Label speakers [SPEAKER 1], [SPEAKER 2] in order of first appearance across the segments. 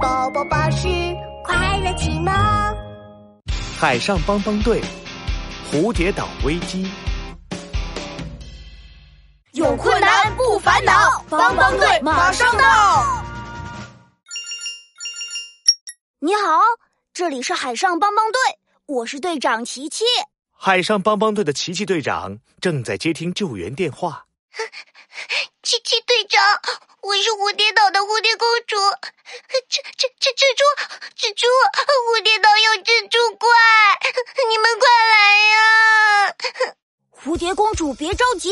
[SPEAKER 1] 宝宝巴士快乐启蒙。
[SPEAKER 2] 海上帮帮队，蝴蝶岛危机。
[SPEAKER 3] 有困难不烦恼，帮帮队马上到。
[SPEAKER 1] 你好，这里是海上帮帮队，我是队长琪琪。
[SPEAKER 2] 海上帮帮队的奇奇队长正在接听救援电话。
[SPEAKER 4] 琪琪队长，我是蝴蝶岛的蝴蝶公主，蜘蜘蜘蜘蛛蜘蛛，蝴蝶岛有蜘蛛怪，你们快来呀！
[SPEAKER 1] 蝴蝶公主别着急，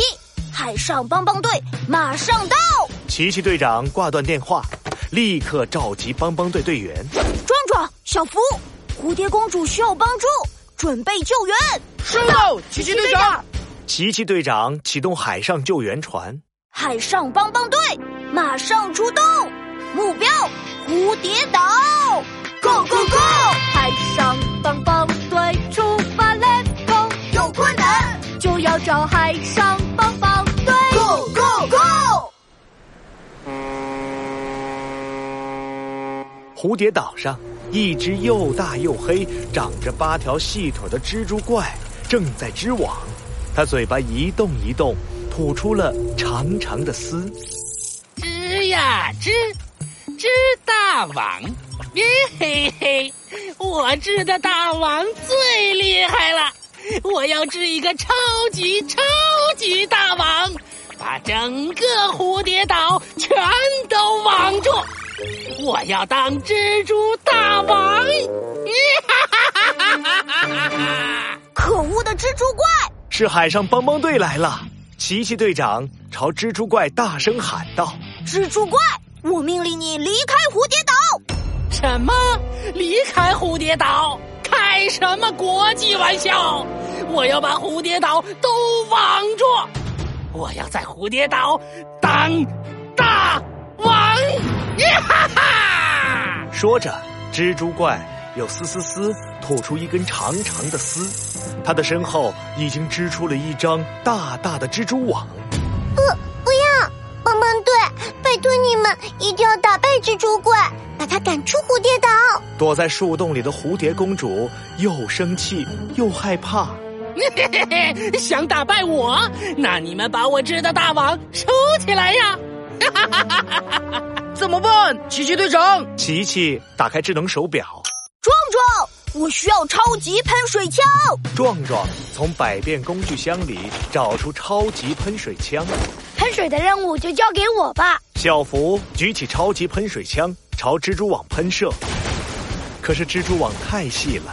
[SPEAKER 1] 海上帮帮队马上到。
[SPEAKER 2] 奇奇队长挂断电话，立刻召集帮帮队队员。
[SPEAKER 1] 壮壮、小福，蝴蝶公主需要帮助，准备救援。
[SPEAKER 5] 收到，奇奇队长。
[SPEAKER 2] 奇奇队长启动海上救援船。
[SPEAKER 1] 海上帮帮队马上出动，目标蝴蝶岛，Go Go Go！
[SPEAKER 6] 海上帮帮队出发，Let's go！
[SPEAKER 3] 有困难
[SPEAKER 6] 就要找海上帮帮队。
[SPEAKER 3] ，Go Go Go！
[SPEAKER 2] 蝴蝶岛上，一只又大又黑、长着八条细腿的蜘蛛怪正在织网，它嘴巴一动一动，吐出了长长的丝。
[SPEAKER 7] 织呀织，织大网，别嘿嘿，我织的大网最厉害了，我要织一个超级超级大网，把整个蝴蝶岛全都网住，我要当蜘蛛大王！哈哈哈哈哈哈！
[SPEAKER 1] 可恶的蜘蛛怪！
[SPEAKER 2] 是海上帮帮队来了！琪琪队长朝蜘蛛怪大声喊道
[SPEAKER 1] 蜘蛛怪，我命令你离开蝴蝶岛！
[SPEAKER 7] 什么？离开蝴蝶岛？开什么国际玩笑！我要把蝴蝶岛都网住！我要在蝴蝶岛当大王！呀哈哈！：“
[SPEAKER 2] 说着，蜘蛛怪又嘶嘶嘶吐出一根长长的丝，它的身后已经织出了一张大大的蜘蛛网。
[SPEAKER 4] 不要，帮帮队，拜托你们一定要打败蜘蛛怪，把它赶出蝴蝶岛。
[SPEAKER 2] 躲在树洞里的蝴蝶公主又生气又害怕。
[SPEAKER 7] 嘿嘿嘿，想打败我？那你们把我织的大网收起来呀！
[SPEAKER 5] 怎么办？奇奇队长，
[SPEAKER 2] 琪琪打开智能手表，
[SPEAKER 1] 壮壮，我需要超级喷水枪！
[SPEAKER 2] 壮壮从百变工具箱里找出超级喷水枪。
[SPEAKER 6] 喷水的任务就交给我吧。
[SPEAKER 2] 小福举起超级喷水枪朝蜘蛛网喷射，可是蜘蛛网太细了，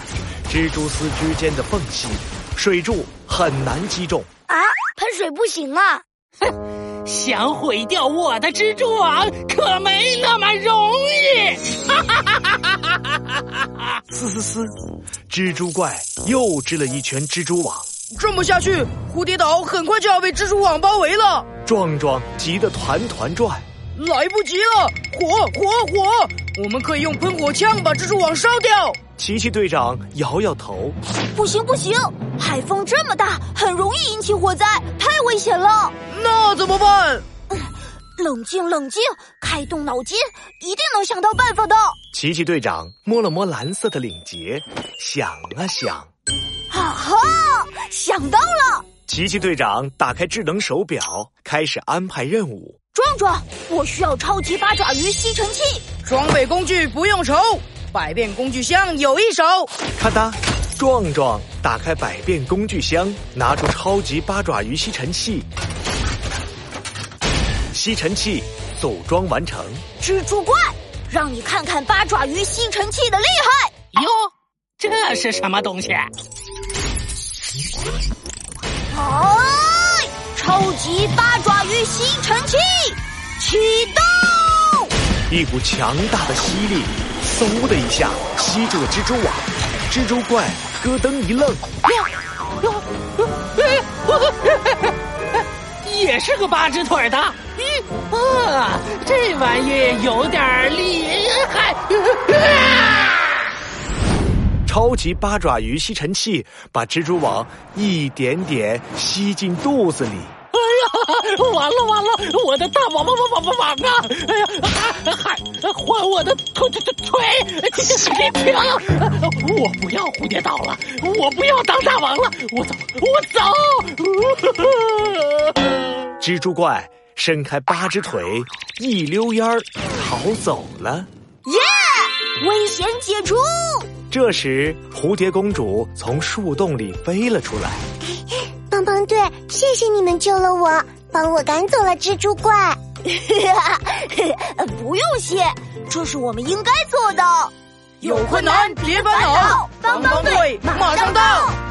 [SPEAKER 2] 蜘蛛丝之间的缝隙，水柱很难击中。
[SPEAKER 6] 啊，喷水不行啊！
[SPEAKER 7] 想毁掉我的蜘蛛网可没那么容易！
[SPEAKER 2] 嘶嘶嘶，蜘蛛怪又织了一圈蜘蛛网。
[SPEAKER 5] 这么下去，蝴蝶岛很快就要被蜘蛛网包围了，
[SPEAKER 2] 壮壮急得团团转，
[SPEAKER 5] 来不及了！火火火！我们可以用喷火枪把蜘蛛网烧掉。
[SPEAKER 2] 琪琪队长摇摇头，
[SPEAKER 1] 不行不行，海风这么大，很容易引起火灾，太危险了！
[SPEAKER 5] 那怎么办？
[SPEAKER 1] 冷静冷静，开动脑筋，一定能想到办法的。
[SPEAKER 2] 琪琪队长摸了摸蓝色的领结，想了想，
[SPEAKER 1] 啊哈，想到了！
[SPEAKER 2] 琪琪队长打开智能手表，开始安排任务。
[SPEAKER 1] 壮壮，我需要超级八爪鱼吸尘器。
[SPEAKER 5] 装备工具不用愁，百变工具箱有一手。
[SPEAKER 2] 咔哒，壮壮打开百变工具箱，拿出超级八爪鱼吸尘器。吸尘器组装完成，
[SPEAKER 1] 蜘蛛怪，让你看看八爪鱼吸尘器的厉害！
[SPEAKER 7] 哟，这是什么东西？
[SPEAKER 1] 哎，超级八爪鱼吸尘器启动！
[SPEAKER 2] 一股强大的吸力，嗖的一下吸住了蜘蛛网。蜘蛛怪咯噔一愣，
[SPEAKER 7] 也是个八只腿的。咦，啊，这玩意有点儿厉害。
[SPEAKER 2] 超级八爪鱼吸尘器把蜘蛛网一点点吸进肚子里。
[SPEAKER 7] 哎完了完了，我的大王王王王王王啊！哎呀，还还还我的腿腿腿！别停！我不要蝴蝶岛了，我不要当大王了，我走，我走！
[SPEAKER 2] 蜘蛛怪伸开八只腿，一溜烟儿逃走了。
[SPEAKER 1] 耶、危险解除！
[SPEAKER 2] 这时，蝴蝶公主从树洞里飞了出来。
[SPEAKER 4] 帮帮队，谢谢你们救了我，帮我赶走了蜘蛛怪。 呃
[SPEAKER 1] 不用谢，这是我们应该做的。
[SPEAKER 5] 有困难别烦恼，帮帮队马上到。